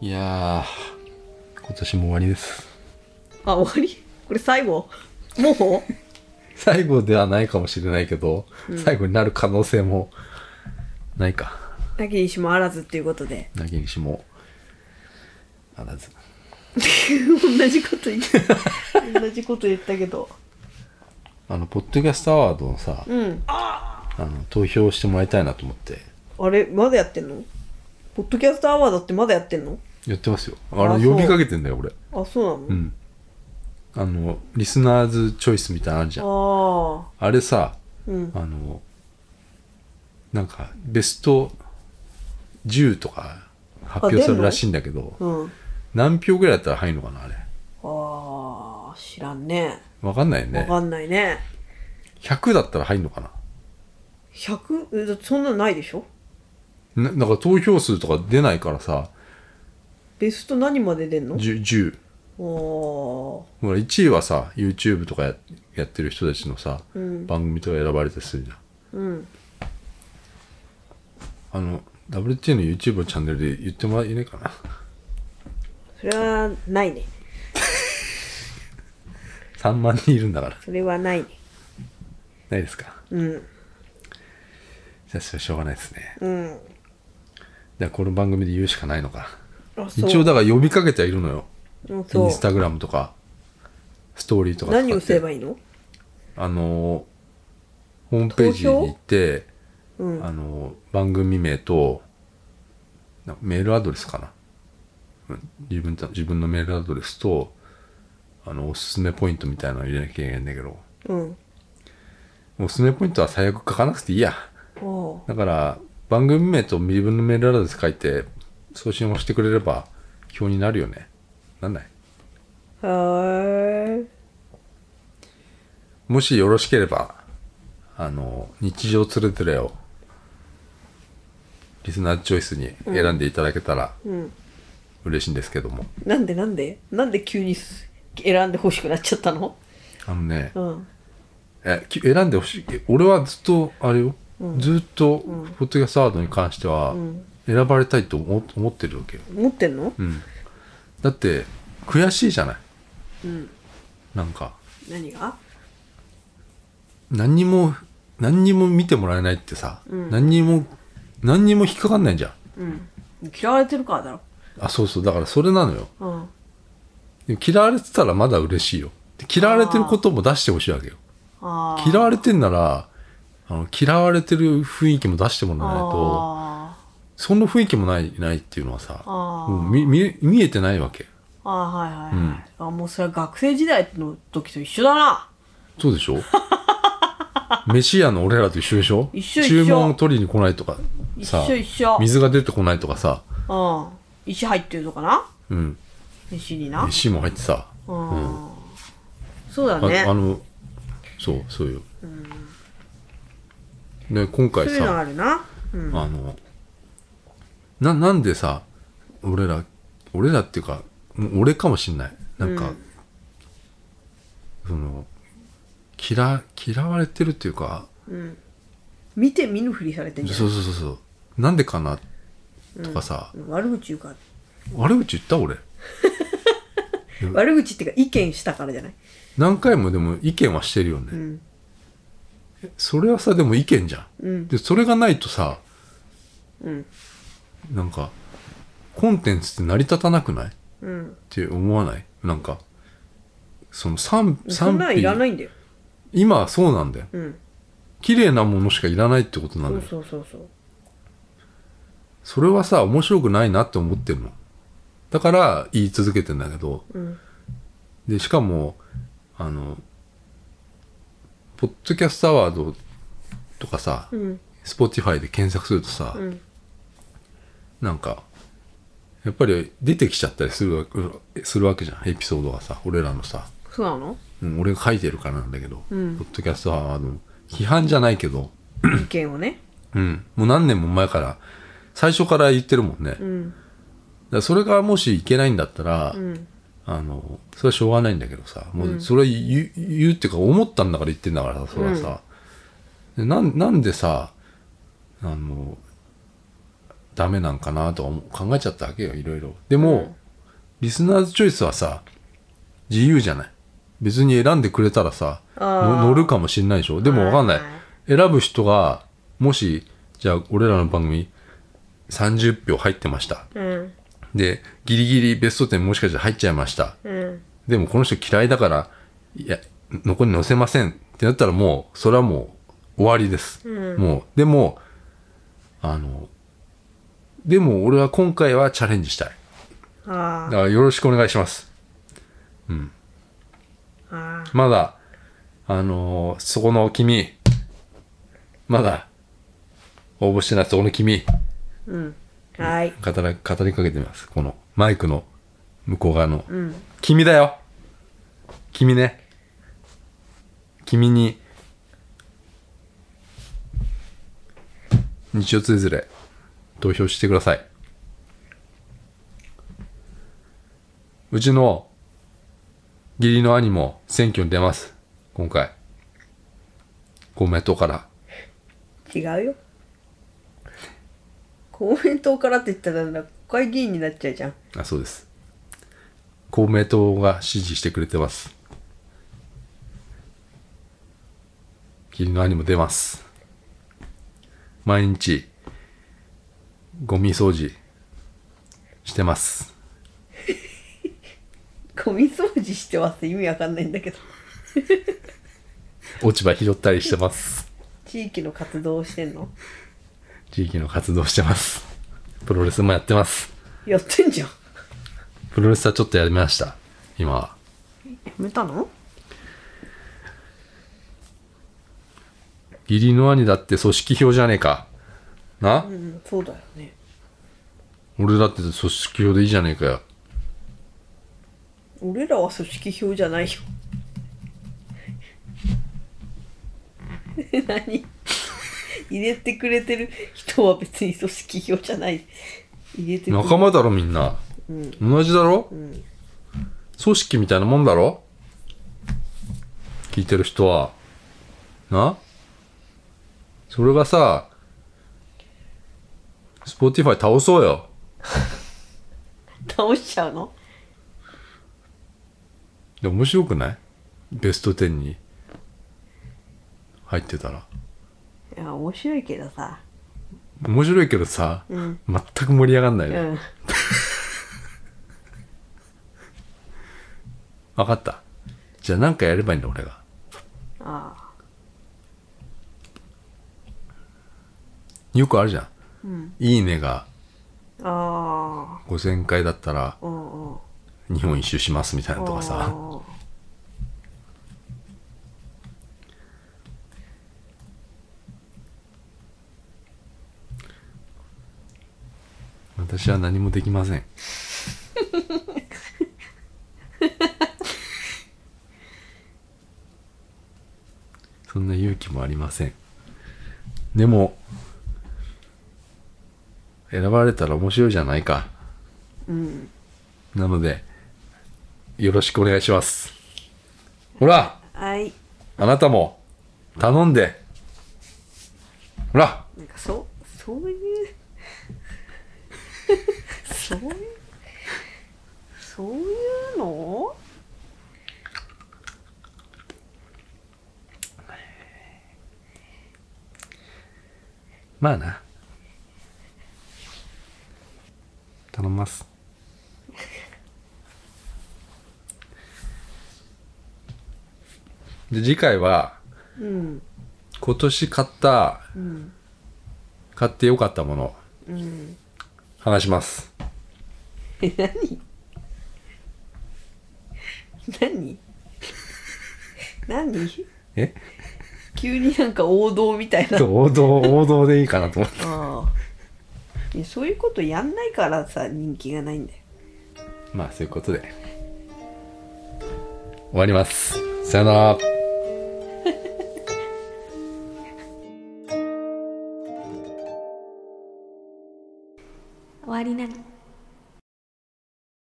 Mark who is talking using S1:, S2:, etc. S1: いやー、今年も終わりです。
S2: あ、終わりこれ最後もう
S1: 最後ではないかもしれないけど、最後になる可能性もないか。
S2: なきにしもあらずっていうことで。
S1: なぎにしも、あらず。
S2: 同じこと言った。同じこと言ったけど。
S1: あの、ポッドキャストアワードのさ、
S2: うん。
S1: あの投票してもらいたいなと思って、
S2: あれ、まだやってんのポッドキャストアワードってまだやってんの
S1: やってますよ。
S2: あ
S1: あれ、
S2: そう
S1: 呼びかけてんだよ、俺。
S2: あ、そうなの、
S1: うん。あの、リスナーズチョイスみたいなのあるじゃん。
S2: ああ。
S1: あれさ、
S2: うん。
S1: あの、なんか、ベスト10とか発表するらしいんだけど、
S2: うん。
S1: 何票ぐらいだったら入るのかな、あれ。
S2: ああ、知らんね。
S1: わかんないよ
S2: わ
S1: ね。
S2: かんないね。
S1: 100だったら入るのか
S2: 100? えだってそんなのないでしょ
S1: な。ななんか投票数とか出ないからさ、
S2: ベスト何まで出んの
S1: 10、10
S2: ああ。
S1: ほら、1位はさ、YouTube とかややってる人たちのさ、
S2: うん
S1: 番組とか選ばれたりするじゃん。
S2: うん。
S1: あの、WT の YouTube のチャンネルで言ってもらえないかな。
S2: それはないね。
S1: 3万人いるんだから。
S2: それはないね。
S1: ないですか。
S2: うん。
S1: じゃあ、それはしょうがないですね。
S2: うん。
S1: じゃあ、この番組で言うしかないのか。
S2: あ、そう。
S1: 一応だから呼びかけてはいるのよ。
S2: うん
S1: イ
S2: そう
S1: ンスタグラムとか、ストーリーとか使って
S2: 何をすればいいの
S1: あのー、ホームページに行って、
S2: うん。
S1: あのー、番組名と、なメールアドレスかな。うん自分た自分のメールアドレスと、あの、おすすめポイントみたいなのを入れなきゃいけないんだけど、
S2: うん。
S1: おすすめポイントは最悪書かなくていいや。
S2: お
S1: だから、番組名と自分のメールアドレス書いて、送信をしてくれれば、表になるよね。なんない
S2: あ。へえ。
S1: もしよろしければ、あの、日常つれつれを、リスナーチョイスに選んでいただけたら
S2: うん。
S1: 嬉しいんですけども。
S2: なんでなんでなんで急にす選んで欲しくなっちゃったの
S1: あのね、
S2: うん。
S1: え、き選んでほしい。え俺はずっと、あれよ、ずっと、フォトキャストアードに関しては、選ばれたいと思思ってるわけよ。
S2: 持ってんの
S1: うん。だって、悔しいじゃない。
S2: うん。
S1: なんか、
S2: 何が
S1: 何にも、何にも見てもらえないってさ、
S2: うん
S1: 何にも、何にも引っかかんないじゃん。
S2: うん。嫌われてるからだろ。
S1: あ、そうそう、だからそれなのよ。
S2: うん。
S1: でも嫌われてたらまだ嬉しいよ。で嫌われてることも出してほしいわけよ。
S2: ああ。
S1: 嫌
S2: わ
S1: われてんなら、あの嫌われてる雰囲気も出してもらわないと、
S2: あ
S1: そんな雰囲気もない、ないっていうのはさ、
S2: あー
S1: もう見、見、見えてないわけ。
S2: あ。ああ、はいはいはい。あもうそれは学生時代の時と一緒だな。
S1: そうでし ょ飯屋の俺らと一緒でしょ
S2: 一緒一
S1: 注
S2: 緒
S1: 文を取りに来ないとか、
S2: 一
S1: さ
S2: 緒、一緒。
S1: 水が出てこないとかさ、
S2: うん。石入ってるとかな
S1: うん、
S2: 石にな。
S1: 飯も入ってさ、
S2: うん。そうだ
S1: あ
S2: ね。
S1: あの、そう、そうよ。で、今
S2: そう
S1: 回
S2: いうの
S1: さ
S2: あ、るな。うん。
S1: あの、な、なんでさ、俺ら、俺らっていうか、もう俺かもしんない。なんか、
S2: うん
S1: その、嫌、嫌われてるっていうか、
S2: うん。見て見ぬふりされてんじゃん
S1: そうそうそうそう、なんでかな、とかさ、
S2: 悪口言うから
S1: 悪口言った俺。
S2: 悪口っていうか意見したからじゃない
S1: 何回もでも意見はしてるよね。
S2: ん
S1: それはさ、でも意見じゃん。
S2: うん
S1: で、それがないとさ、
S2: うん
S1: なんか、コンテンツって成り立たなくないっ
S2: うん
S1: て思わないなんか、その賛
S2: そん
S1: 賛
S2: なん
S1: 否
S2: いらないんだよ
S1: 今はそうなんだよ。
S2: うん
S1: 綺麗なものしかいらないってことな
S2: そ
S1: の
S2: う
S1: よ。
S2: そうそうそう
S1: それはさ、面白くないなって思ってるの。だから言い続けてんだけど、
S2: うん
S1: で、しかも、あの、ポッドキャストアワードとかさ、
S2: うん
S1: スポティファイで検索するとさ、
S2: うん
S1: なんか、やっぱり出てきちゃったりするわするわけじゃん、エピソードがさ、俺らのさ。
S2: そうなの
S1: うん、俺が書いてるからなんだけど、
S2: うん
S1: ポッドキャストはあの批判じゃないけど、
S2: 意見をね
S1: うん、もう何年も前から最初から言ってるもんね、だ
S2: う
S1: か
S2: ん
S1: らそれがもしいけないんだったら、
S2: うん
S1: あのそれはしょうがないんだけどさもうそれは言う,、言うっていうか思ったんだから言ってんだからさそれはさ、でなんなんでさあのダメなんかなとは思う考えちゃったわけよ、いろいろ。でも、リスナーズチョイスはさ、自由じゃない。別に選んでくれたらさ、
S2: あー
S1: の乗るかもしんないでしょ。でもわかんない
S2: はい。
S1: 選ぶ人が、もし、じゃあ俺らの番組30票入ってました。
S2: うん
S1: で、ギリギリベスト10もしかしたら入っちゃいました。
S2: うん
S1: でもこの人嫌いだから、いや、残り載せませんってなったらもう、それはもう終わりです。
S2: うん
S1: もう、でも、あの、でも俺は今回はチャレンジしたい。
S2: あ
S1: だ
S2: ー
S1: からよろしくお願いします。
S2: あ
S1: まだ、あのーそこの君、まだ、応募してないそこの君、
S2: ーうんはい
S1: 語ら語りかけてみます。このマイクの向こう側の。
S2: うん
S1: 君だよ君ね。君に、日曜つれづれ、投票してください。うちの、義理の兄も選挙に出ます。今回。公明党から。
S2: 違うよ公明党からって言ったらなんか国会議員になっちゃうじゃん
S1: あ、そうです。公明党が支持してくれてます。義理の兄も出ます。毎日、ゴミ掃除、してます。
S2: ゴミ掃除してます意味わかんないんだけど
S1: 落ち葉拾ったりしてます。
S2: 地域の活動をしてんの
S1: 地域の活動してます。プロレスもやってます。
S2: やってんじゃん
S1: プロレスはちょっとやりました。今は。
S2: やめたの
S1: 義理の兄だって組織票じゃねえか。な、
S2: うんそうだよね
S1: 俺だって組織票でいいじゃねえかよ。
S2: 俺らは組織票じゃないよ 何入れてくれてる人は別に組織票じゃない入れてくれ
S1: 仲間だろみんな、同じだろ、組織みたいなもんだろ聞いてる人はなそれがさスポティファイ倒そうよ
S2: 倒しちゃうの
S1: で面白くないベスト10に入ってたら
S2: いや面白いけどさ
S1: 面白いけどさ、
S2: ん
S1: 全く盛り上がんないうね、
S2: ん
S1: 分かったじゃあなんかやればいいんだ俺が
S2: あ
S1: よくあるじゃん「いいね」が
S2: ああ
S1: 5000回だったら
S2: あうんうん
S1: 日本一周しますみたいなのとかさ、
S2: あ
S1: 私は何もできませんそんな勇気もありませんでも選ばれたら面白いじゃないかうんなのでよろしくお願いしますほら
S2: ーはい
S1: あなたも頼んでほら
S2: なんかそうそういう そういうそういうの
S1: まあな頼みますで次回は
S2: うん
S1: 今年買った、
S2: ん
S1: 買ってよかったもの
S2: うん
S1: 話します
S2: え何何何
S1: え
S2: 急になんか王道みたいな
S1: 王道 王道でいいかなと思って
S2: ああいやそういうことやんないからさ人気がないんだよ
S1: まあそういうことで終わりますさよなら
S3: 終わりなの